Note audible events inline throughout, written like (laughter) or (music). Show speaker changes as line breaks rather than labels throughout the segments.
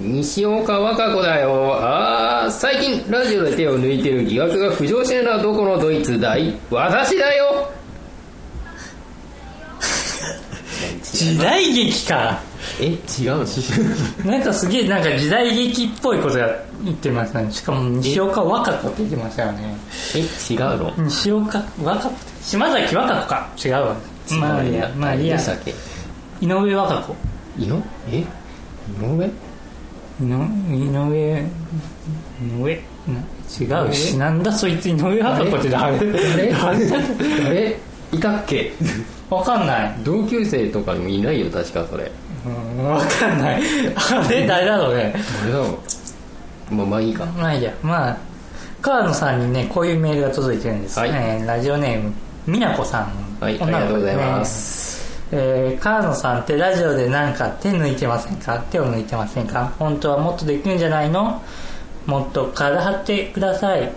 西岡和歌子だよああ最近ラジオで手を抜いてる疑惑が浮上してるのはどこのドイツだい私だよ
時代劇か
え違うの (laughs)
なんかすげえなんか時代劇っぽいことや言ってますねしかも西岡和歌子って言ってましたよね
え違うの
西岡和歌子島崎和歌子か違うわまあいいやまあいいや
何でしたっけ
井上和歌子
いのえ井上
の井上井上な違うしなんだそいつ井上和歌子って誰
誰
(laughs) 誰
誰いたっけ
わかんない
同級生とかにもいないよ確かそれ
うんわかんないあれ誰だろうね
あれだろまあまあいいか
まあいいやまあ川野さんにねこういうメールが届いてるんです、
はい
えーラジオネームみなこさん
はい
女の
ありがとう
子
ご
で
ざ
す
い
ね
ます
えー、川野さんってラジオでなんか手抜いてませんか手を抜いてませんか本当はもっとできるんじゃないのもっと体張ってくださいってい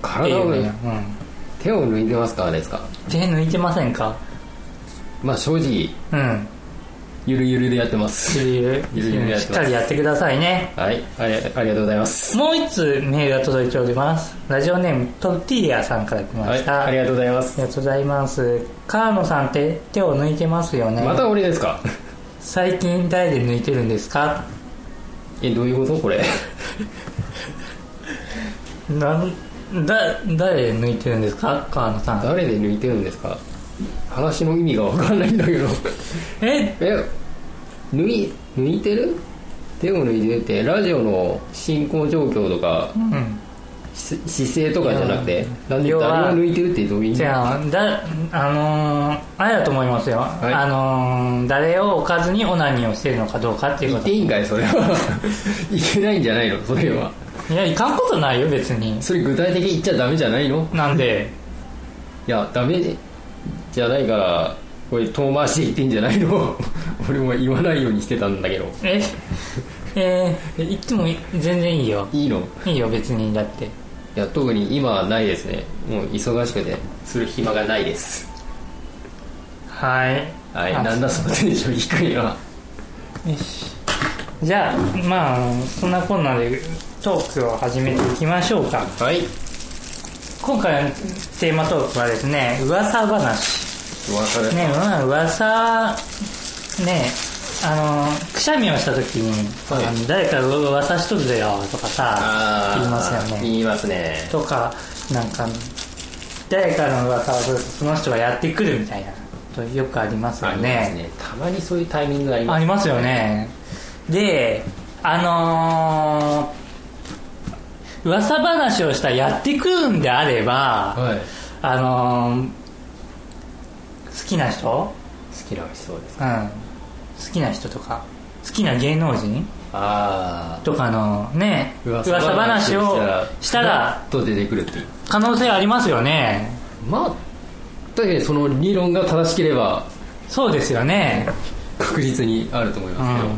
体を
う
ね
ね、うん、
手を抜いてますからですか
手抜いてませんか
まあ正直
うん
ゆるゆるでやってま
(laughs) って
す
いう
いろいろやってます
しっかりやってくださいね
はいありありがとうございます
もう一つメールが届いておりますラジオネームトルティーヤさんから来ま
はい
した、
ありがとうございま
あ
す
りがとうございます川野さんって手を抜いてますよね
また俺ですか (laughs)
最近誰で抜いてるんですか
えどういうことこ (laughs) れ
なんだ誰で抜いてるんですか川野さん
誰で抜いてるんですか話の意味がわかんないんだけど (laughs)
え
え抜い抜いてる手を抜いてるってラジオの進行状況とか
うん
し姿勢とかじゃなくて何で
要は
誰を抜いてるってどういう意味
じゃあだあのー、あれだと思いますよ、
い
あのー、誰を置かずにオナニーをしてるのかどうかっていう
言
こ
っていいんかいそれは (laughs) いけないんじゃないのそれは
といやいかんことないよ別に
それ具体的に言っちゃダメじゃないの
なんで
いやダメじゃないからこれ遠回しで言っていいんじゃないの (laughs) 俺も言わないようにしてたんだけど
(laughs) ええー、言ってもい全然いいよ
いいの
いいよ別にだって
いや特に今はないですねもう忙しくてする暇がないです
はい
はい
あ
なんだそのテンション低いな
よしじゃあまあそんなこんなでトークを始めていきましょうか
はい
今回のテーマトークはですね噂話
噂です
ねまあ噂ねあのくしゃみをした時に、
はい
あの誰かが噂しとるぜよとかさ
あー
言いますよね
言いますね
とかなんか誰かの噂をするとその人がやってくるみたいなことよくありますよ
ありま
ね
すねたまにそういうタイミングがあり
あ
ます
りますよねであのー、噂話をしたらやってくるんであれば
はい
あのー、好きな人、
好きな人です
うん、好きな人とか好きな芸能人
ああ
とかのね噂話をしたら
と出てくるっていう
可能性ありますよね
まあ確かにその理論が正しければ
そうですよね
確実にあると思いますけど、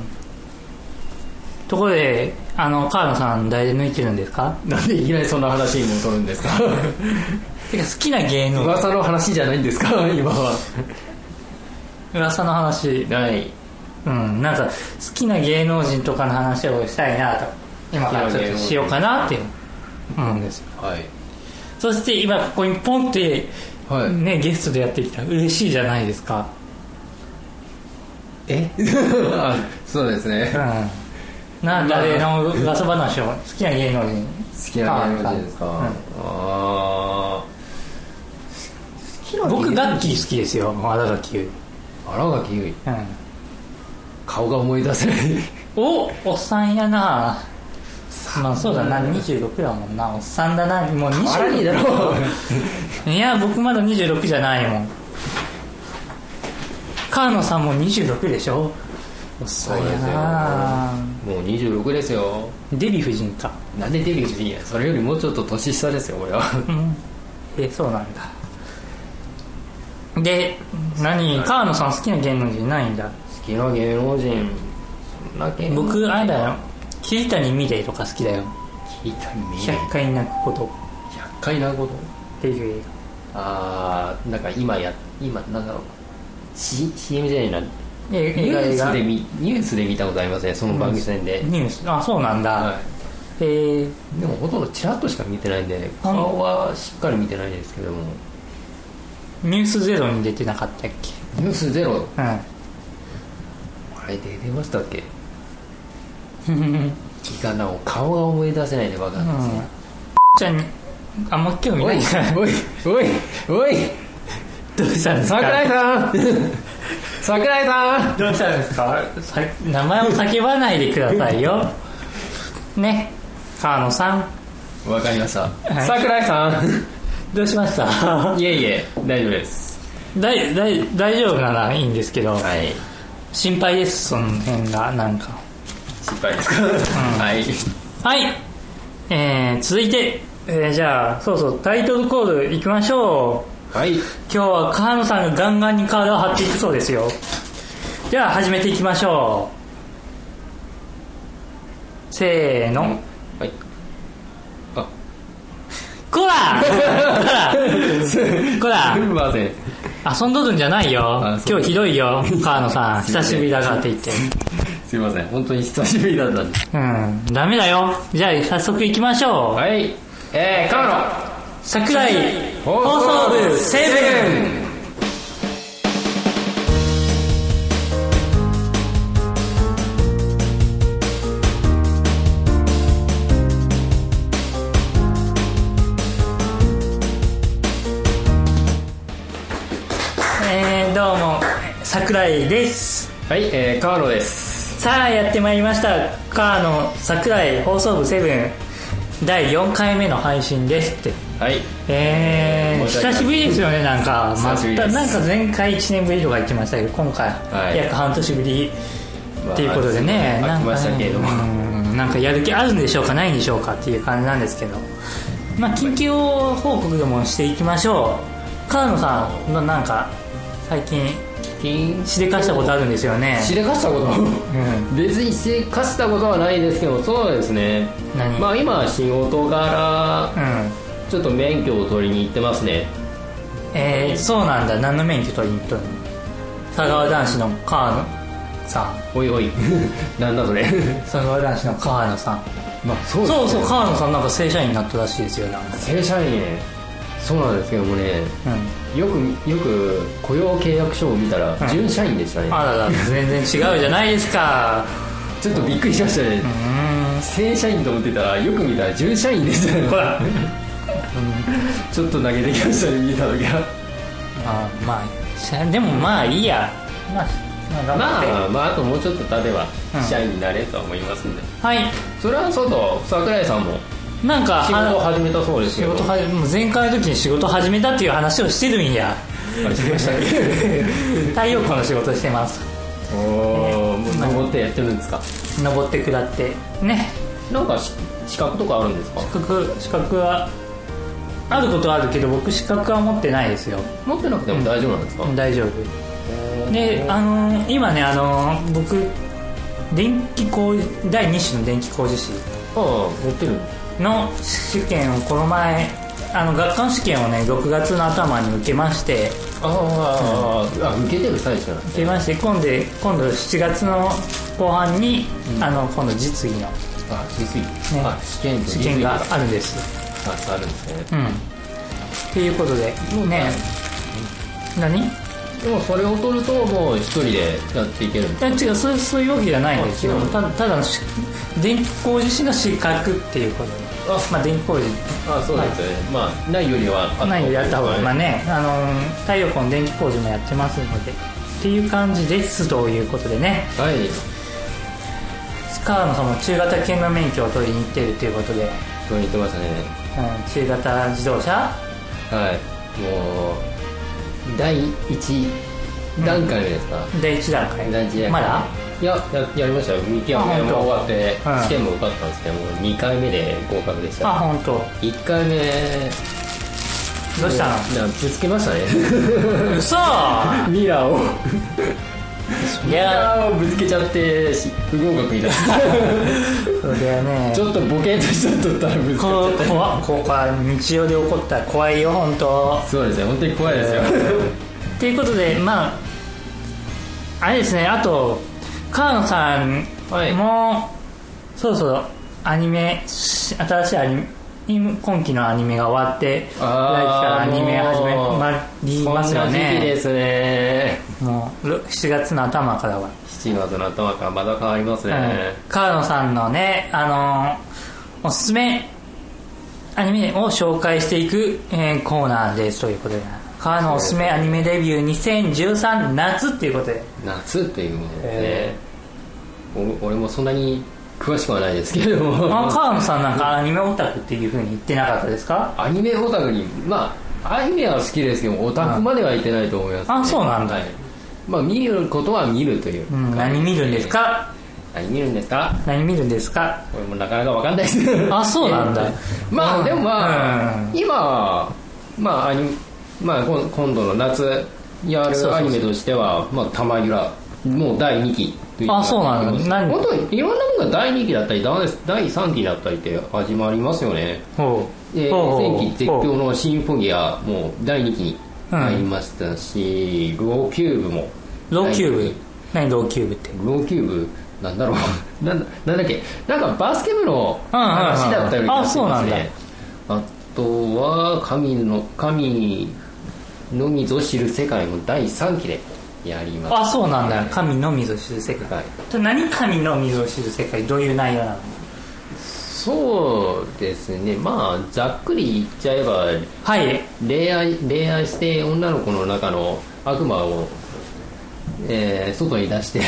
ところであの川野さん誰で抜いてるんですか
なんでいきなりそんな話に戻るんです (laughs) か
てか好きな芸能人
噂の話じゃないんですか今は
噂の話
ない
うん、なんか好きな芸能人とかの話をしたいなと今からちょっとしようかなって思うんですよ
はい
そして今ここにポンって、
はい、
ね、ゲストでやってきた嬉しいじゃないですか、
え (laughs) そうですね
うん、な
あ
誰の噂話を好きな芸能人
好きな芸能人ですか、
うん
ああ
僕ガッキー好きですよ荒垣結
荒垣結衣
衣、うん、
顔が思い出せない
おおっさんやなまあそうだな26だもんなおっさんだなもう
荒
26
いだろ
いや僕まだ26じゃないもん川野さんも26でしょおっさんやな
もう26ですよ
デヴィ夫人か
なんでデビューしていいんやそれよりもうちょっと年下ですよ俺は
うんえそうなんだで何川野さん好きな芸能人ないんだ
好きな芸能人そんな芸能人
僕あれだよ桐谷美玲とか好きだよ
聞いた
「
見え
100回泣くこと」
100回なこと
っていう映
ああなんか今や今なんだろう、C、CM じゃないな
え
ニ
映画
ュ
映
ー
画
スで見ニュースで見たことありません、ね、その番組戦で、
ニュースあそうなんだ、
は
えー
い、でもほとんどちらっとしか見てないんで
あの
顔はしっかり見てないですけども
ニュースゼロに出てなかったっけ
ニュースゼロ
う
あれで出ましたっけ
ん (laughs) うん
気がなお顔が思い出せないでバカなんですね、
ちゃんにあんま興味
お
ないいから
おいおいおい
(laughs) どうしたんですか
桜井さん (laughs) 桜井さん
どうしたんですかさ名前を叫ばないでくださいよね川野さん
わかりました
い
桜井さ
どうしました (laughs)
んいえいえ大丈夫です
だいだい大丈夫ならいいんですけど、
はい
心配ですその辺がなんか
失敗ですか、はい
はい、えー、続いて、えーじゃあそうそうタイトルコールいきましょ
(laughs)
う
はい
今日は川野さんがガンガンに体を張っていくそうですよでは始めていきましょうせーの
はいあ
こら
(laughs)
こら
すいません
遊んどるんじゃないよ
あそう
今日ひど
(laughs)
いよ川野さん久しぶりだからって言って
すいません本当に久しぶりだったんです
うんダメだよじゃあ早速行きましょう、
はいえー、カ野
桜井放送部セブンえー、どうも桜井です
はい、えー、川野です
さあやってまいりました「カーの桜井放送部セブン第4回目の配信ですって
はい
えー、
申し訳ない
久しぶりですよねなんか
久しぶりです
またなんか前回1年ぶりとか言ってましたけど今回、
はい
約半年ぶりっていうことでね、
まあ、飽
な
き
ん
ま
か
したけれ
ね
ども、
うんなんかやる気あるんでしょうかないんでしょうかっていう感じなんですけどまあ近況報告でもしていきましょう川野さんのなんか最近しでかしたことあるんですよね
しでかしたこと
(laughs) うん
別にしでかしたことはないですけどそうですね
何
まあ今仕事柄
うん
ちょっと免許を取りに行ってますね
えー、そうなんだ何の免許取りに行ったの佐川男子の川野さん
おいおい (laughs) なんだそれ
佐川男子の川野さん
まあそ
そうそう川野さんなんか正社員になったらしいですよなんか
正社員ねそうなんですけどもね
うん
よくよく雇用契約書を見たら
ん
準社員でしたね、
あらら全然違うじゃないですか
ちょっとびっくりしましたね、
うーん
正社員と思ってたらよく見たら準社員でしたね
ほら
(laughs) ちょっと投げてきましたね見た時は
あまあしゃでもまあいいやまあまあ頑張
ま
っ
あまああともうちょっと経てば
うん
社員になれるとは思いますんで、
てはい
それはそうと桜井さんも
なんか
仕事を
は
始めたそうですけ
仕
ど
事はもう前回の時に仕事始めたっていう話をしてる
(laughs)
んや
あれしましたっ
(laughs) 太陽光の仕事してます
けおおもう登ってやってるんですか
登って下ってね
なんかし資格とかあるんですか
資格資格はあることはあるけど僕資格は持ってないですよ
持ってなくても大丈夫なんですか、
大丈夫であのー今ねあのー僕電気工事第2種の電気工事士
ああ持ってる
の試験をこの前あの学科の試験をね6月の頭に受けまして
ああ、あ受けてる最中なんです
受けまして今度今度7月の後半に、あの今度実技の
あ実技、
ね
あ試験と
試験が
実技
あるんです
がああるんですね
うんっていうことでね何
でもそれを取るともう一人でやっていけるんです
いや違うそういうそういうわけじゃないんですけど
あ違う
たただのし電気工事士の資格っていうこと
あ
まあ電気工事
あそうですよね、まあないよりはあ
何をやった方がまあねあのー太陽光の電気工事もやってますのでっていう感じですということでね
はい
川野さんも中型犬の免許を取りに行ってるということで、うん、
そう言ってましたね
中型自動車
はいもう第一段階目ですか、
第1段階
第一段階
まだ
いやややりましたよ見極め
あ本当
も終わって
うん
試験も受かったんですけどもう2回目で合格でし
あ
た
本当。
1回目
どうした
なんかぶつけましたね
の嘘
ミラーを
い
ミ
や
ラーをぶつけちゃってし不合格になった
それはね
ちょっとボケとしちゃっとったらぶつけち
こ
ゃっ
う
て
怖ここは日常で起こったら怖いよ本当
そうですね本当に怖いですよ、
ということでまああれですねあと川野さん
はい
も、そろそろアニメし新しいアニメ今期のアニメが終わって来期からアニメ始め
もう
まりますよ
そんな時期で
ね
すね
もうろ7月の頭からは、
7月の頭からまだ変わりますね、
うん川野さんのねあのーおすすめアニメを紹介していく、えーコーナーですということで川野おすすめアニメレビュー2013夏っていうことで
夏っていうものですね、
え
お俺もそんなに詳しくはないですけれども
あ川野さんなんかアニメオタクっていうふうに言ってなかったですか
アニメオタクにまあアニメは好きですけどオタクまではいってないと思います、
あそうなんだ
はいまあ見ることは見るという、
うん、何見るんですか
何見るんですか
何見るんですか
これもなかなかわかんないです
あそうなんだ
(laughs) ま
う
あ
ん
でもまあ、
うん
今はまあアニまあこん今度の夏や
そうそうそう
るアニメとしてはまあ玉ゆらもう第2期という
あそうなんだ何
本当にいろんなものが第2期だったり第第3期だったりって始まりますよね
ほう
で
ほうほう
前期絶
ほ
叫
う
のシンフォギアも第2期に入りましたし、ローキューブも
ローキュー
第二期
ブ何ローキューブって
ローキューブなんだろう (laughs) なんだなんだっけなんかバスケ部の
うんうんうん
話だったような気がしますね、あとは神の神のみぞ知る世界も第3期でやります
あそうなんだ神のみぞ知る世界、
はい
と何神のみぞ知る世界どういう内容なの
そうですねまあざっくり言っちゃえば
はい
恋愛恋愛して女の子の中の悪魔を、えー外に出して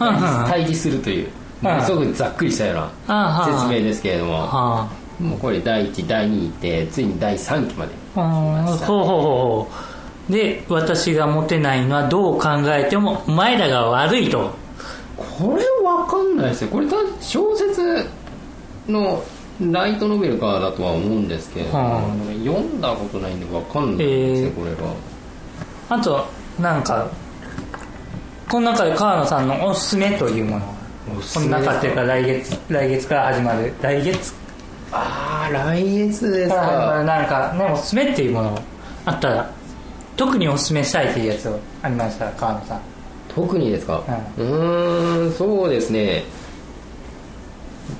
う
(laughs)
んうん
退治するという
うん
ものすごくざっくりしたような
あ
説明ですけれども
は
もうこれ第1第2ってついに第3期まで
あうん
ました
ほうほうほうほうで私がモテないのはどう考えてもお前らが悪いと
これわかんないですよこれた小説のライトノベルからだとは思うんですけれども、
は
読んだことないんでわかんないですよ、
えー
これは
あとなんかこの中で川野さんのおすすめというもの
おす
こ
す
の
めです
中っていうか来月来月から始まる来月
ああ来月です
か
から
始まるなんかねおすすめっていうものあったら特におすすめしたいっていうやつをありましたら川野さん
特にですか、
う
うーんそうですね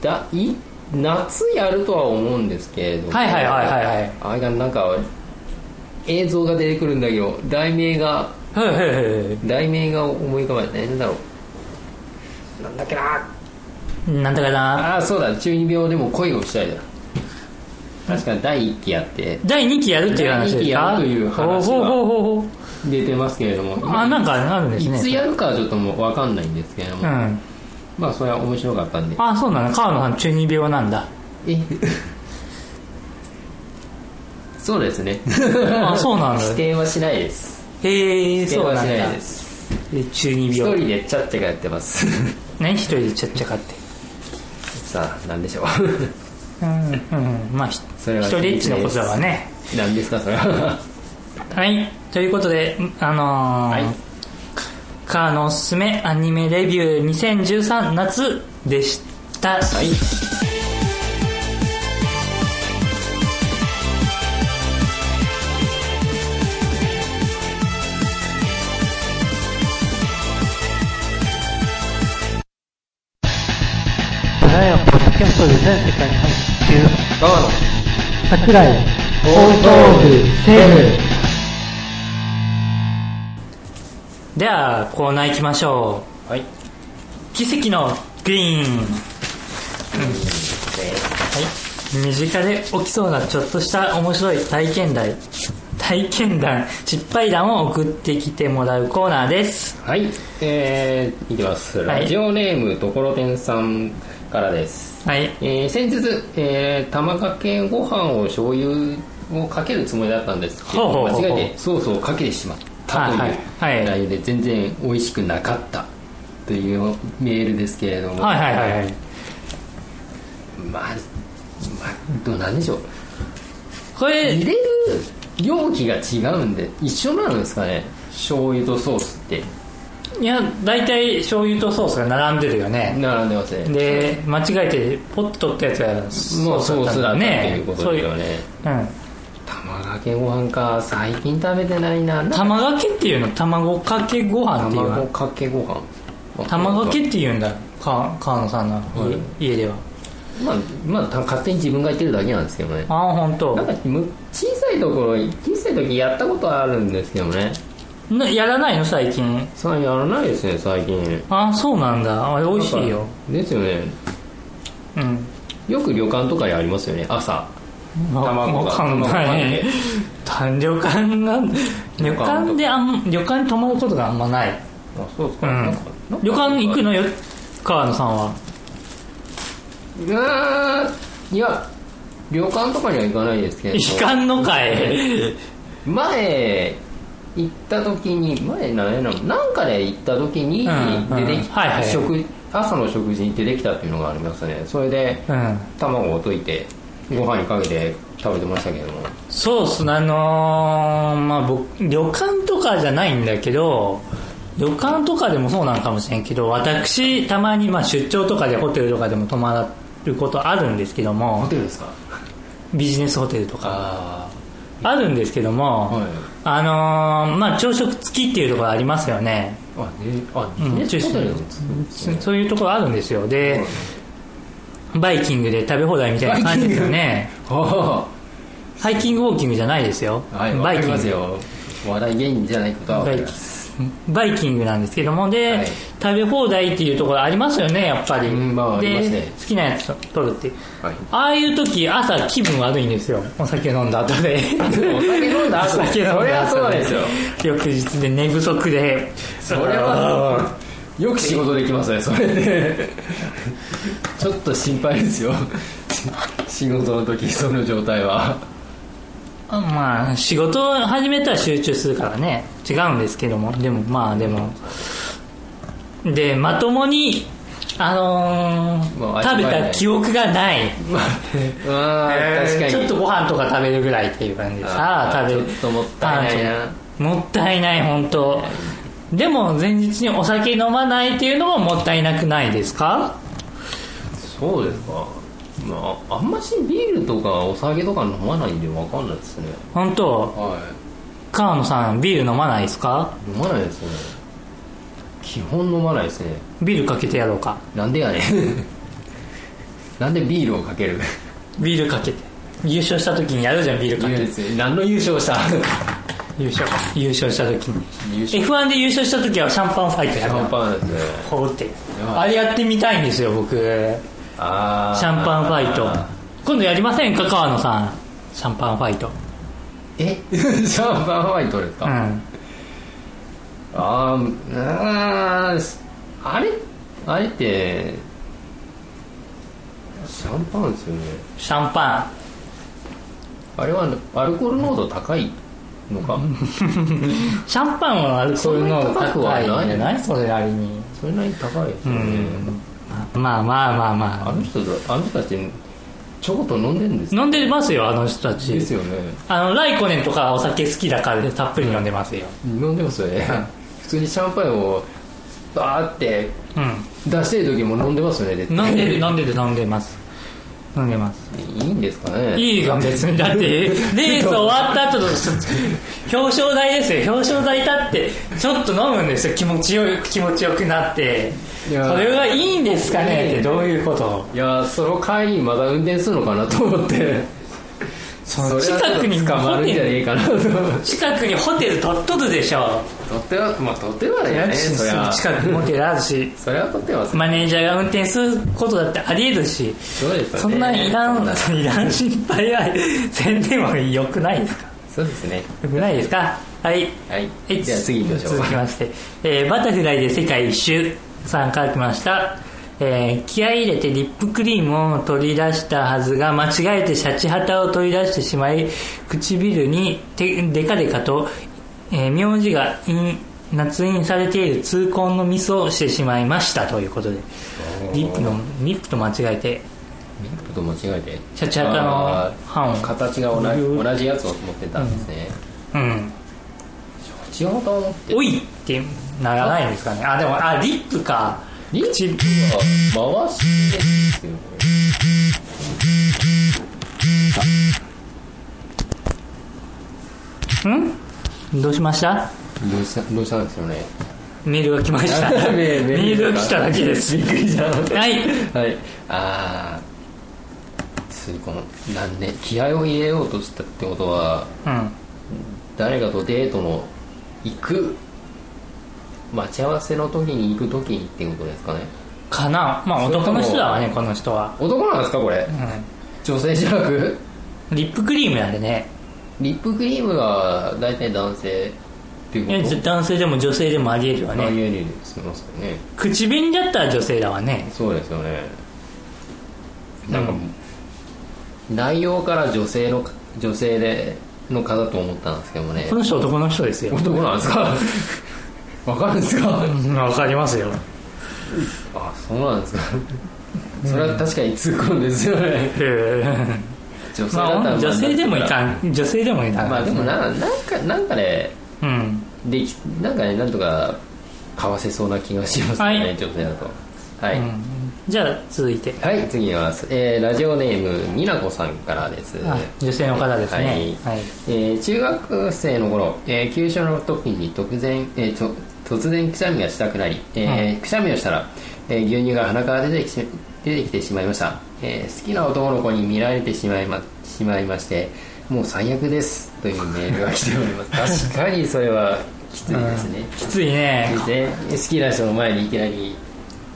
だい夏やるとは思うんですけれども
はいはいはいはいはい
あれがなんか映像が出てくるんだけど題名が
はいはいはいは
題名が思い浮かばないなんだろうなんだっけない
なんだかな
ああそうだ中二病でも恋をしたいだ確か第1期やって
第2期やるっていう話ですか
第二期やるという話
ほう
は
ほうほうほ
出てますけれども
うあなんかあるんです
い
ね
つやるかはちょっともう分かんないんですけれども、
うん
まあそれは面白かったんで
あそうなの川野さん中二病なんだ
えそうですね
あそうなんだ
否定はしないです
へ
否
え
定
そう
は
な
し
ん
な
だ
いです
で中二
一
病
人でちゃっちゃかやってます (laughs)
何一人でちゃっちゃかって
さあ何でしょう (laughs)
うんうんまあひ
それは
一人エッチのことだからね
何ですかそれは
はいということであのー
はい
カーのおすすめアニメレビュー2013夏でした
はい
ドラヤポッドキャストで全世界に配信中
川野
桜井放送部セブ
ではコーナー行きましょ
はいう
奇跡のグリーンはい身近で起きそうなちょっとした面白い体験談体験談失敗談を送ってきてもらうコーナーです
はい、えー、いきます。
はい
ラジオネーム、ところてんさんからです。
はい
えー、先日、えー、玉かけご飯を醤油をかけるつもりだったんですけど、
ほうほうほうほう
間違えてソースをかけてしまったという、
はいはいはい
内容で全然美味しくなかったというメールですけれども、
はいはいはいはい
まあ、まあ、どうなんでしょう。
これ
入れる容器が違うんで、一緒なんですかね、醤油とソースって。
いや大体醤油とソースが並んでるよね
並んでますね。
で間違えてポッと取ったやつがソ
も
ー
う
スだ
ソー
った
ス
ん
だっ
だ
たって
ね
いうことですよね。
そういううん
玉かけご飯か最近食べてないななんか
玉がけっていうの卵かけご飯っていう
卵
の
かけご飯
玉がけっていうんだか川野さんの
はい
家,、では
まあ、まあ、た勝手に自分が言ってるだけなんですけどね
ああ本当
なんかむ小さいところ小さい時やったことはあるんですけどね
なやらないの最近
そうやらないですね最近
ああそうなんだあれ美味しいよ
ですよね
うん
よく旅館とかにありますよね朝卵
わ
が
かんない
卵
旅館が旅館であん旅館に泊まることがあんまない、
あそうです
う
か,なんか、なんか
旅館行くのよ川野さんは
うわーいや旅館とかには行かないですけど
行かんのかい
前行った時に前何やななんかで行った時に
うんうん
出てき
はいは
た
い
食朝の食事に出てきたっていうのがありますねそれで
うん
卵を溶いてご飯にかけて食べてましたけども
そうっすねあのーまあ僕旅館とかじゃないんだけど旅館とかでもそうなんかもしれんけど私たまにまあ出張とかでホテルとかでも泊まることあるんですけども
テルですか
ビジネスホテルとか
あ
あるんですけども、
あはい
あのーまあ朝食付きっていうところありますよね
あねあ
うん
ねホテ
中心
ルなんです
そ
ね
そういうところあるんですよで、バイキングで食べ放題みたいな感じですよね
は
ハイキングウォーキングじゃないですよ、
あはいわ
バ
か
イ
り
キン
ま
グ
すよ話題芸人じゃないことはわ
バ
か
イ
り
キ
ます
バイキングなんですけどもで、
はい
食べ放題っていうところありますよねやっぱり、
うんまあありますね
で好きなやつ取るって
はい
ああいう時朝気分悪いんですよお酒飲んだ後で
お酒飲んだ後
(laughs) お酒飲んだ後
そりゃそうですよ
翌日で寝不足で
それはよく仕事できますねそれでちょっと心配ですよ仕事の時その状態は
まあ仕事を始めたら集中するからね違うんですけどもでもまあでもでまともにあのー
まあ
食
味
べ
わえな
た
い
記憶がない
まあ
えー
確かに
ちょっとご飯とか食べるぐらいっていう感じでさ
あー
食べる
ちょっともったいないな
あーちょもったいない本当でも前日にお酒飲まないっていうのももったいなくないですか
そうですかまああんましビールとかお酒とか飲まないんでわかんないですね
本当
は
川野さんビール飲まないですか
い飲まないですね基本飲まないですね
ビールかけてやろうか
なんでや (laughs) ねんなんでビールをかける
ビールかけて優勝した時にやるじゃんビールかけ
(laughs)
て
何の優勝した
優勝優勝した時に
優
F1 で優勝した時はシャンパンファイト
シ
やる
ャンパンですね
ほうって
や
あれやってみたいんですよ僕
あー
シャンパンファイト今度やりませんか川野さんシャンパンファイト
えシャンパンファイトですか、
う
あ
ん
あーうーんあれあれってシャンパンですよね
シャンパ
あれはアルコール濃度高いのか
ンシャンパンはアルコールの高いんじゃないそれなりに
それなりに高いです
う
よね、
んまあまあまあま
あ
あ
の人あの人たちちょこっと飲んでるんです
飲んでますよあの人た
で
ち
すよね
あのライコネンとかお酒好きだからたっぷり飲んでますよ
飲んでますよね普通にシャンパンをバーって
う
出
ん
してる時も飲んでますよね絶対
飲んでる飲んでる飲んでます飲んでます
いいんですかね
いいが別にだ (laughs) ってレース終わった後の表彰台ですよ表彰台立ってちょっと飲むんですよ気持ちよ気持ちよくなって
い
それ
やー
はいいんですかねってどういうこと
いやーその帰りにまだ運転するのかなと思って
その近くに
それは捕まるんじゃねえかなと思って
近くにホテル取っとるでしょ
とってはまあとっては
う
ねそりゃ
近くにホテルあるし
それはとっては
マネージャーが運転することだってありえるし
そうですよね
そんないらん
そ
(laughs) いらん心配は宣伝は良くないですか
そうですね
良くないですかは
は
い
い
はい
じゃあ次行きましょう
続きまして、えーバタフライで世界一周さんから来ました、えー気合い入れてリップクリームを取り出したはずが間違えてシャチハタを取り出してしまい唇にてデカデカと、えー名字が印捺印されている痛恨のミスをしてしまいましたということでリップのリップと間違えて
ミップと間違えて
シャチハタ
あ
の版を
ー形が同じ同じやつを持ってたんですね
うん
違うと思って
おいってならないんですかねあでもあリップか
リッチは回してるんですよ
んどうしました
どうしたどうしたんですよね
メールが来ました
メ
(laughs) メールが来ただけです
びっくりした
はい
はいああすごいこのなんで気合を入れようとしたってことは
うん
誰かとデートの行く待ち合わせの時に行く時にってことですかね
かなまあ
それと
男
も
の人だわねこの人は、
男なんですかこれ
う
女性じゃなく
ん、リップクリームなんでね
リップクリームが大体男性っていう
いや
こと
男性でも女性でもありえるわ
ああ
ね
いうにしますよね
口紅だったら女性だわね
そうですよねなんか、
うん
内容から女性の女性での方と思ったんですけどもね
この人男の人ですよ
男なんです
(laughs)
かわかるんですか
うんわかりますよ
あそうなんですかそれは確かに突っ込んですよね
え
女性
(laughs) ま
だったら
あ女性でもいか
ん
ん女性でもいかん
まあでもななんかなんかね
うん
できなんかねなんとかかわせそうな気がしますね、
はい
女性だとはい、
うんじゃあ続いて
はい次は、えーラジオネームになこさんからです
あ女性の方ですね
は
はいい
えー中学生の頃、えー、給食の時に突然、えーちょ突然くしゃみがしたくなり、えーくしゃみをしたら、えー牛乳が鼻から出てきし出てきてしまいました、えー好きな男の子に見られてしまいましまいましてもう最悪ですというメールが来ております
(laughs)
確かにそれはきついですね、
きついね
で好きな人の前にいきなり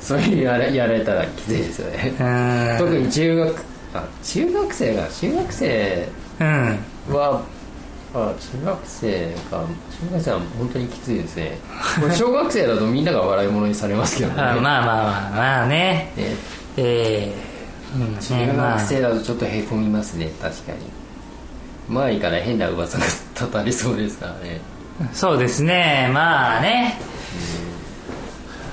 そういうやらやられたらきついですよね
うん
特に中学あ中学生が中学生
うん
はあ中学生が中学生は本当にきついです
(laughs)
ねこれ小学生だとみんなが笑い物にされますけど
あ
ねあ、
まあまあまあまあね
ね
ええうんね
中
まあ
学生だとちょっとへこみますね確かに周りから変な噂がたたりそうですからね
そうですねまあね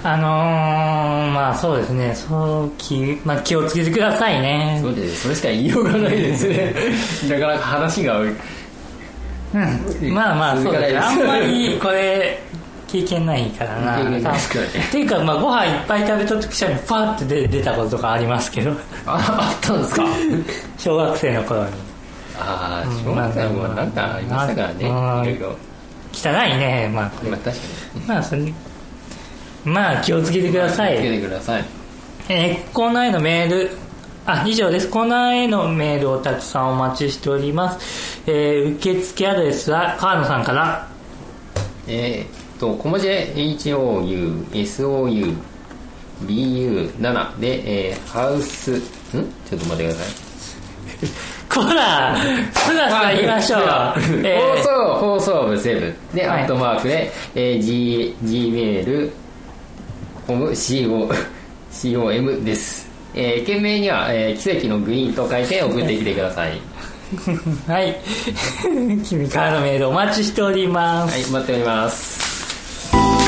あのー、まあそうですねそうき、まあ、気をつけてくださいね
そうですそれしか言いようがないですね
(laughs)
なかなか話が
うんまあまあそうだねあんまりこれ経験ないからな
経験ないですからね
っていうかまあご飯いっぱい食べとってくしゃみパーって出出たこととかありますけど
(laughs)
(laughs)
ああったんですか
小学生の頃に
ああ
うん
小学生もなんかありましたからね、
まあ
いろい
汚いねまあ
ろまあ確かに
まあそれまあ気をつけてください
気をつけてください
えーコーナーへのメール、あ、以上です。コーナーへのメールをたくさんお待ちしております。えー受付アドレスは、川野さんから、
えーっと小文字で HOUSOUBU7 で、えーハウスんちょっと待ってください
こら、こらさん言いま
(laughs)
しょう。え
放送放送部セブンで、
はい
アットマークで、えー、G Gmail コム (laughs) CO COM です、えー、件名には、えー奇跡のグリーンと書いて送ってきてください
ーはい。 (laughs) 君からのメールお待ちしております。
はい待っております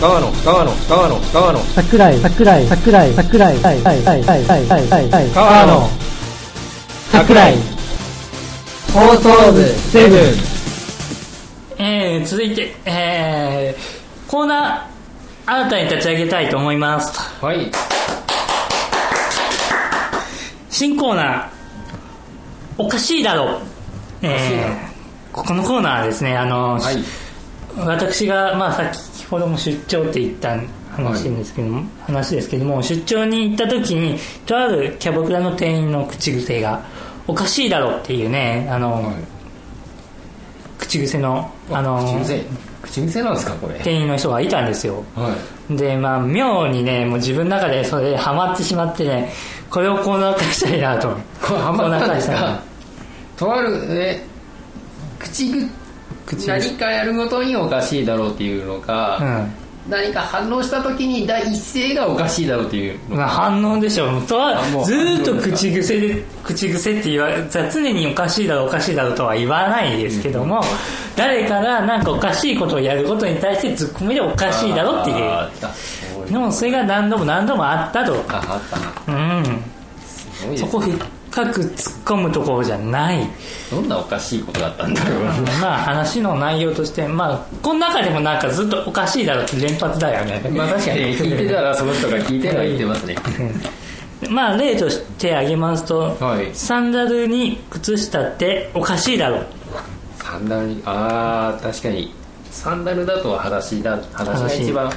川野川野川野川野
桜井桜井桜井桜井桜井桜井桜井桜井桜井
川野
桜井放送部セブン
えー続いて、えーコーナー、新たに立ち上げたいと思います。
はい
新コーナー、おかしいだろう。
かしいだろう
えーここのコーナーはですね、あの、
はい
私が、まあ、先ほども出張って言った話ですけども、話ですけども出張に行った時にとあるキャバクラの店員の口癖が「おかしいだろ」っていうねあの、口癖のあの
口癖口癖なんですかこれ
店員の人がいたんですよ
はい
でまあ妙にねもう自分の中でそれでハマってしまってねこれをコーナー化したいなと
これハマったんです
コーナー
かとあるえ口ぐ
口ぐ
何かやるごとにおかしいだろうっていうの
化したい
か、
うん
何か反応した時に第一声がおかしいだろうっていうの
まあ、反応でしょうとは
あもう
ずーっと
反応ですか
口癖で口癖って言わ常におかしいだろうおかしいだろうとは言わないですけども、誰からなんかおかしいことをやることに対してツッコミでおかしいだろっていう
あーあそういう
でもそれが何度も何度もあったと
ああった
うん
すごいです
そ
ね
こふっ深く突っ込むところじゃない
どんなおかしいことだったんだろうな
まあ話の内容としてまあこの中でもなんかずっとおかしいだろうって連発だよね
まあ確かに聞いてたらその人が聞いてるは言ってますね
まあ例として挙げますと、
はい
サンダルに靴下っておかしいだろう
サンダルにああ確かにサンダルだと裸足だ裸足が一番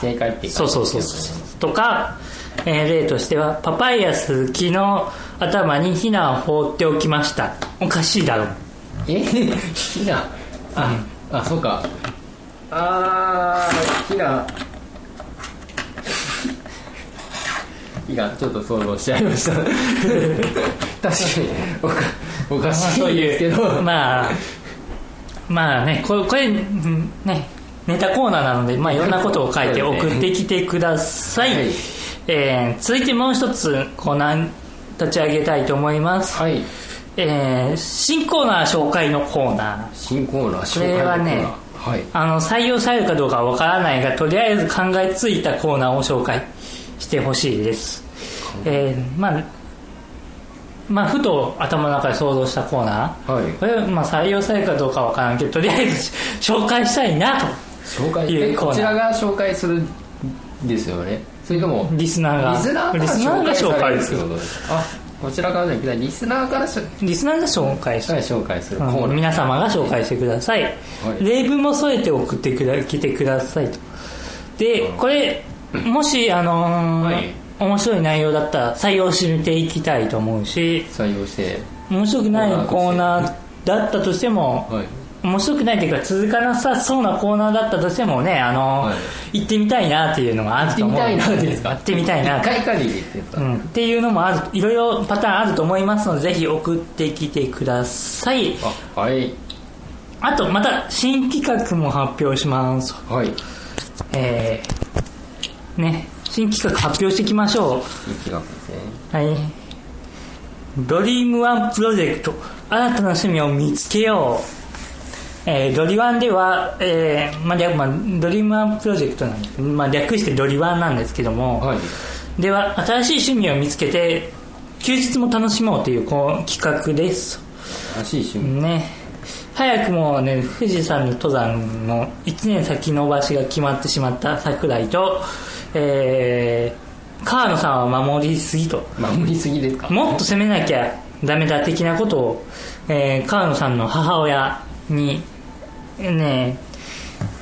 正解っていうか
そうそうそうそうとか、えー例としてはパパイヤス木の頭にヒナを放っておきましたおかしいだろう
え (laughs) ヒナあ、あそうかあーヒナヒナちょっと想像しちゃいま
(laughs)
した確かにおかおかしいんですけど、
まあまあねこれこれうんねネタコーナーなので、まあ、いろんなことを書いて
そうです
送
ね
ってきてください、
はい
えー続いてもう一つコーナー立ち上げたいと思います、
はい
えー新コーナー紹介のコーナー
新コーナー紹
こ
介の
れ
コーナ
は
ー
ね
はい
あの採用されるかどうかはわからないがとりあえず考えついたコーナーを紹介してほしいです、えーまあまあ、ふと頭の中で想像したコーナー、
はい
これはまあ採用されるかどうかわからんけどとりあえず (laughs) 紹介したいなと
紹介
いう
え
コーナー
こちらが紹介するんですよねそれとも
リスナーが
リスナーから
リスナーが紹介する
紹介ってことあこちらからじゃなくてリスナーからし
リスナーが紹介し
紹介紹介するコーナー、
皆様が紹介してください、例文も添えて送ってくだ来てくださいとでこれもし、あの
は
ー
い
面白い内容だったら採用していきたいと思うし
採用して
面白くないコーナーだったとしても、
はい
面白くないというか続かなさそうなコーナーだったとしてもね、あのー
はい
行ってみたいなっていうのがあると思う
行ってみたいなっていうんですか
行ってみたいな
一回限りっていうか、
うん、っていうのもあるいろいろパターンあると思いますのでぜひ送ってきてください
あはい
あとまた新企画も発表します
はい
えー、ね新企画発表していきましょ
新企画ですね
うはいドリームワンプロジェクト新たな趣味を見つけよう、えードリワンでは、えーまあ略まあ、ドリームワンプロジェクトなんです、まあ、略してドリワンなんですけども、
はい
では新しい趣味を見つけて休日も楽しもうというこう企画です
らしい趣味、
ね早くもね富士山の登山の1年先延ばしが決まってしまった桜井と、えー、川野さんは守りすぎと
守りすぎですか
もっと攻めなきゃダメだ的なことを、えー、川野さんの母親にね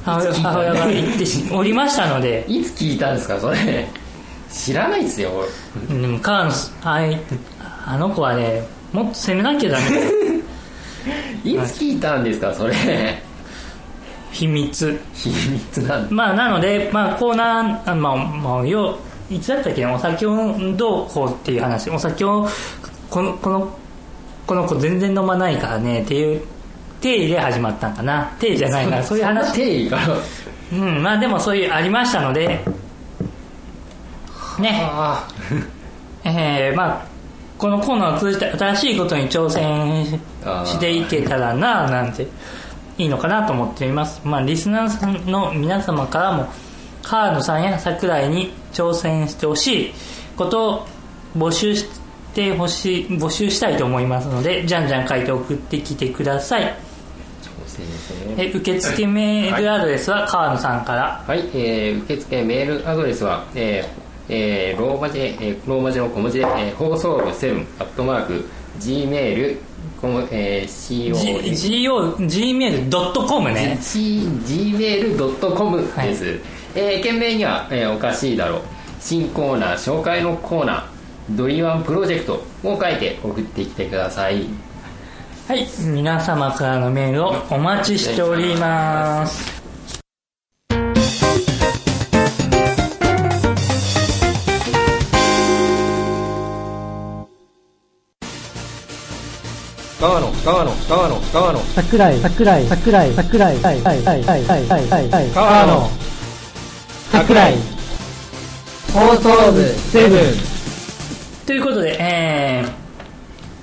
母親母親が言ってしおりましたので
いつ聞いたんですかそれ知らないですよ俺
でも川野さんあいあの子はねもっと攻めなきゃダメだよ
いつ聞いたんですかそれ
秘密
秘密なんだ
まあなので、まあ、コーナーあまあ、まあ、よういつだったっけなお酒をどうこうっていう話お酒をこのこのこの子全然飲まないからねっていう定義で始まったんかな定義じゃないなそういう話
定義から
うんまあでもそういうありましたのでね
あ
えーまあこのコーナーを通じて新しいことに挑戦
あー
していけたらななんていいのかなと思っていますまあリスナーさんの皆様からも川野さんや桜井に挑戦してほしいことを募集してほしい募集したいと思いますのでじゃんじゃん書いて送ってきてください
あ調整ですね
え受付メールアドレスは川野さんから、
はい、えー受付メールアドレスは、えーえーローマ字で、えーローマ字の小文字で、えー放送部7アットマーク Gmail この、えー、
G- GO gmail.com ね
CO.gmail.com です、えー件名には、えーおかしいだろう新コーナー紹介のコーナードリワンプロジェクトを書いて送ってきてください
はい、皆様からのメールをお待ちしております。
川野川野川野川野
桜井桜井桜井桜井はいはいはいはいはいはいはい
川野
桜井放送部セブン
ということで、え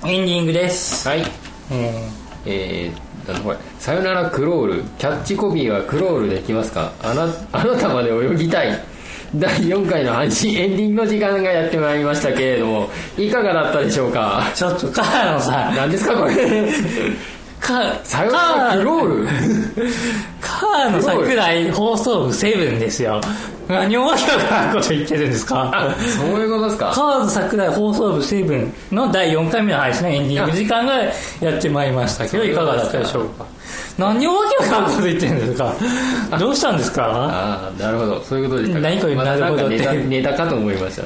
ー、エンディングです。
はい
え
えー、なんだこれ「さよ (laughs) ならクロール」キャッチコピーはクロールできますかあなあなたまで泳ぎたい第4回の配信エンディングの時間がやってまいりましたけれどもいかがだったでしょうか
ちょっとカーのさ
何ですかこれ
か
さよならクロール
カーの桜井放送部セブンですよ何をわけわからんこと言ってるんですか
そういうことですか
カーの桜井放送部セブンの第4回目の配信のエンディング時間がやってまいりましたけどいかがだったでしょうか何をわけわからんこと言ってるんですかどうしたんですか
ああなるほどそういうことでしたか
何これ
またなんか
なるほど
ネタ
って
ネタかと思いました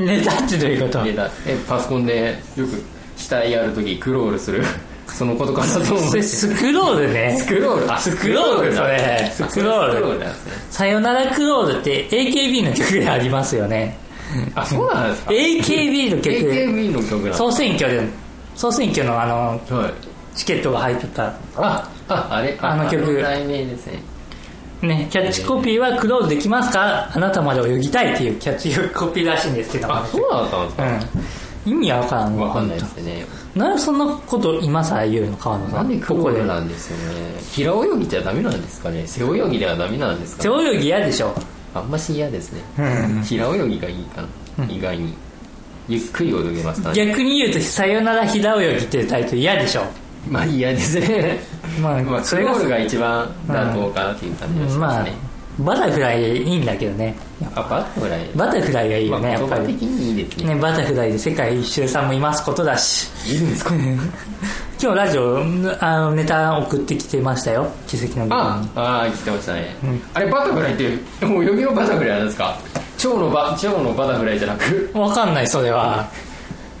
ネタってどういうこと
ネタえパソコンでよく死体やるときクロールする (laughs) そのことかなと思っ
それ
て
スクロールね
(laughs) スクロールあス
クロール
だ
それスクロール
スクロールなんですね
さよならクロールって AKB の曲でありますよね
あそうなんですか
AKB の曲
AKB の曲なんです
総選挙で総選挙のあの
はい
チケットが入ってた
あああれ
あの曲
題名ですね
ねキャッチコピーは「クロールできますかあなたまで泳ぎたい」っていうキャッチコピーらしいんですけど
あそうだったんですか
うん意味わからん
わ
わ
かんないですね
なんでそんなこと今さら言うの川野さ
なんんでクロール
ここ
なんですよね平泳ぎじゃダメなんですかね背泳ぎではダメなんですか
で背泳ぎ嫌でしょ
あんまし嫌ですね
うん
平泳ぎがいいかな意外にゆっくり泳げますからね
逆に言うと「さよなら平泳ぎ」っていうタイトル嫌でしょ
まあ嫌ですね
(laughs) まあ
まあク
それ
ロ
が
ールが一番妥当かなっていう感じがしま
ますあ
ね
バタフライいいんだけどね
あバタフライ
バタフライがいいよ
ま
ね
あ
やっ
言
ぱ
葉
り
的にいいですね
ね、バタフライで世界一周さんもいますことだし。
いいんですか
(laughs) 今日ラジオ、あの、ネタ送ってきてましたよ。奇跡の部分
あ
に。
あ来てましたね、あれバタフライっていうもう泳ぎのバタフライなんですか蝶のバ蝶のバタフライじゃなく
わかんない、それは。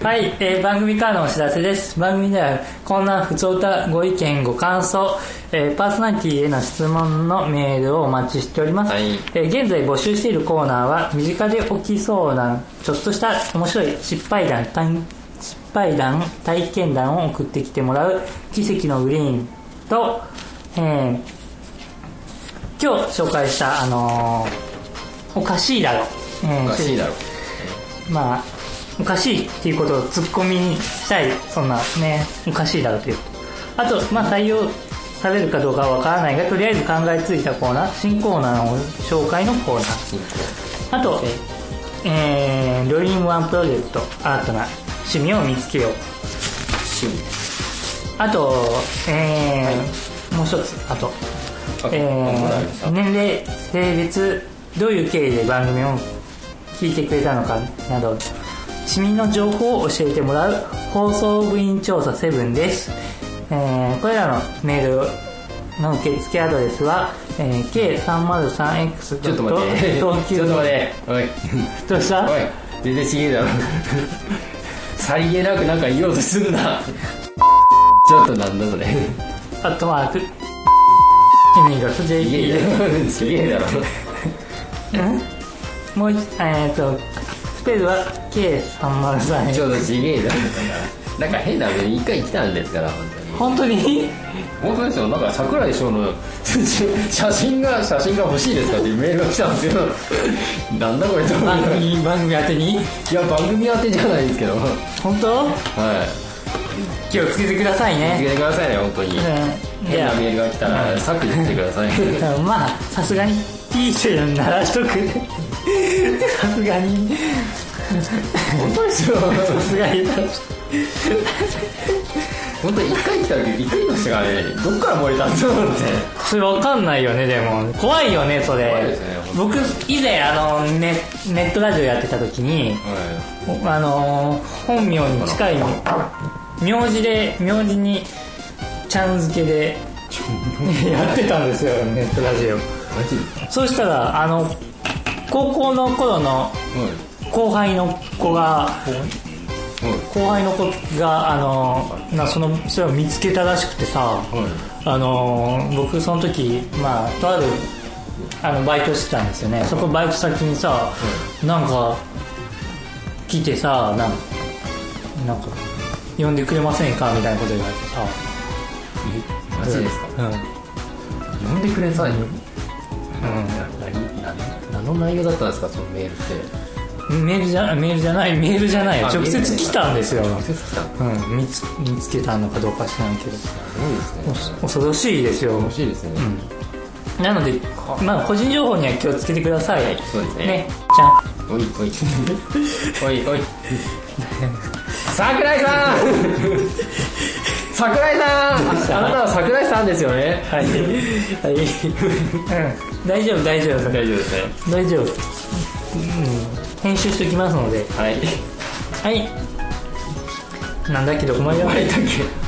はい、えー番組からのお知らせです。番組では、こんな普通歌、ご意見、ご感想、えーパーソナリティへの質問のメールをお待ちしております。
はい
えー現在募集しているコーナーは、身近で起きそうな、ちょっとした面白い失敗談、体失敗談、体験談を送ってきてもらう、奇跡のグリーンと、えー今日紹介した、あのーおかしいだろ。えー
おかしいだろ
まあ、おかしいっていうことを突っ込みにしたい、そんなね、おかしいだろうということ。あと、まあ採用されるかどうかはわからないが、とりあえず考えついたコーナー、新コーナーの紹介のコーナー。あと、えー、ドリームワンプロジェクト、新たな趣味を見つけよう。
趣味
あと、えーもう一つ、あと、
あ
え
もらいまし
ー
た
年齢、性別、どういう経緯で番組を聞いてくれたのかなど、市民の情報を教えてもらう放送部員調査7です。えーこれらのメールの受付アドレスは、えー、K303X.
ちょっと待って
東
(laughs)
急
ちょっと待っておい
どうした
おい全然ちげえだろさりげなくなんか言おうとすんなちょっとなんだそれ
アットマーク、
ち
NE.jp
げ
です
え。だろちげえだろ
もう一、えっ、と、スペルは K303
ちょっとちげえだろなんか変なの一回来たんですから本当に
本当に
本当ですよなんか桜井翔の (laughs) 写真が写真が欲しいですかっていうメールが来たんですけどなんだこれと思
番
って
組番組宛てに
いや番組宛てじゃないですけどはい
本当気をつけてください
見つけ
ね
てくださいね本当に
うんい
変
や
なメールが来たら削除してくだ (laughs) さい
まあさすがに T シャツ鳴らしとくさすがに
本当ですよ
さすがに
本当に一回来た時びっくりしましたからねどっから漏れたんだろうって
それわかんないよねでも怖いよねそれ
怖いですね
僕以前あのネネットラジオやってた時に
は
あの本名に近い名字で名字にちゃん付けで (laughs) やってたんですよネットラジオ
いマジですか
そうしたらあの高校の頃の後輩の子が
はいは
後輩の子があのなそのそれを見つけたらしくてさ、
はい
あの僕その時まあとあるあのバイトしてたんですよねそこバイト先にさ、なんか来てさなんなんか呼んでくれませんかみたいなこと言われて
い
さ
マジですか
うん
呼んでくれさい
うん
何何何の内容だったんですかそのメールって
メールじゃメールじゃないメールじゃない
あ
直
メールじゃ
接
ない
来たんですよ、
直接来たの
うん、見つ見つけたのかどうか知らんけど
すごいですね
恐ろしいですよ
欲しいですね、
なので、まあ、個人情報には気をつけてください。
そうですね
ね、ちゃん。
おいおいおいおい桜井さん桜井さんああなたは桜井さんですよね
はい。はい。うん。大丈夫、大丈夫。
大丈夫ですね
大丈夫。うん。編集しておきますので。
はい
はい。なんだけど、お前が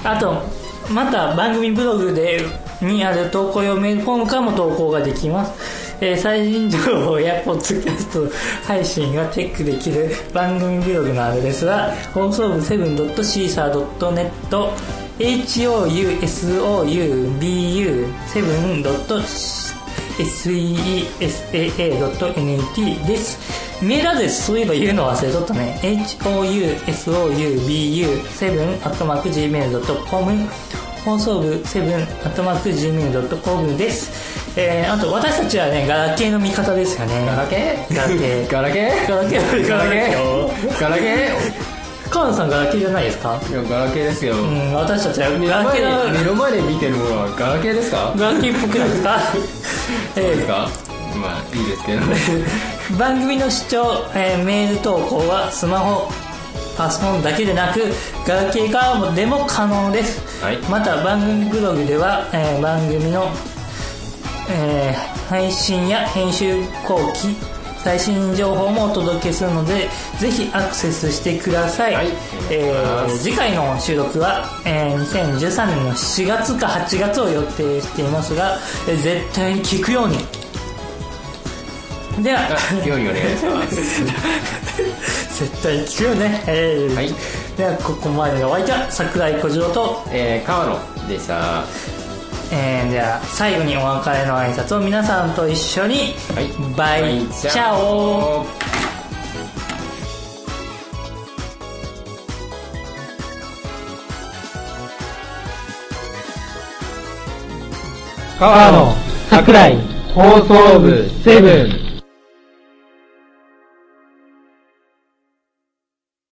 あと、また番組ブログで、にある投稿用メールフォームからも投稿ができます。えー最新情報やポッドキャスト配信がチェックできる番組ブログのアドレスは、放送部 7.caesar.net、housoub7.seesaa.net です。メールアドレス、そういえば言うの忘れとったね。housoub7.gmail.com 放送部 7.gmail.com です。えー、あと、私たちはね、ガラケーの味方ですよね。
ガラケー
ガラケ
(laughs)
ー。
ガラケー
ガラケー。
ガラケーガラケ
ー。河野さんガラケーじゃないですか
ーいやガラケーですよ、
うん、私たちは
目
ガ
の
ラケ
前
ー
で目
の、
の前で見てるものはガラケーですか
ガラケーっぽくないですか
(laughs) そ
え
うで
ー
すかまあいいです
(laughs)
けど
番組の視聴、えーメール投稿はスマホパソコンだけでなくガラケーからでも可能です、
はい
また番組ブログでは、えー番組の、えー配信や編集後期最新情報もお届けするのでぜひアクセスしてください、
はい
えー次回の収録は、えー2013年の4月か8月を予定していますが、えー絶対に聞くようにで
(laughs)
は、
ようにお願いします
絶対聞くよね、えー
はい
ではここまでのお相手は桜井小次郎と、
えー、川野でした
えー、では最後にお別れの挨拶を皆さんと一緒に、
はい
バイ、チャオ
川野桜井放送部セブン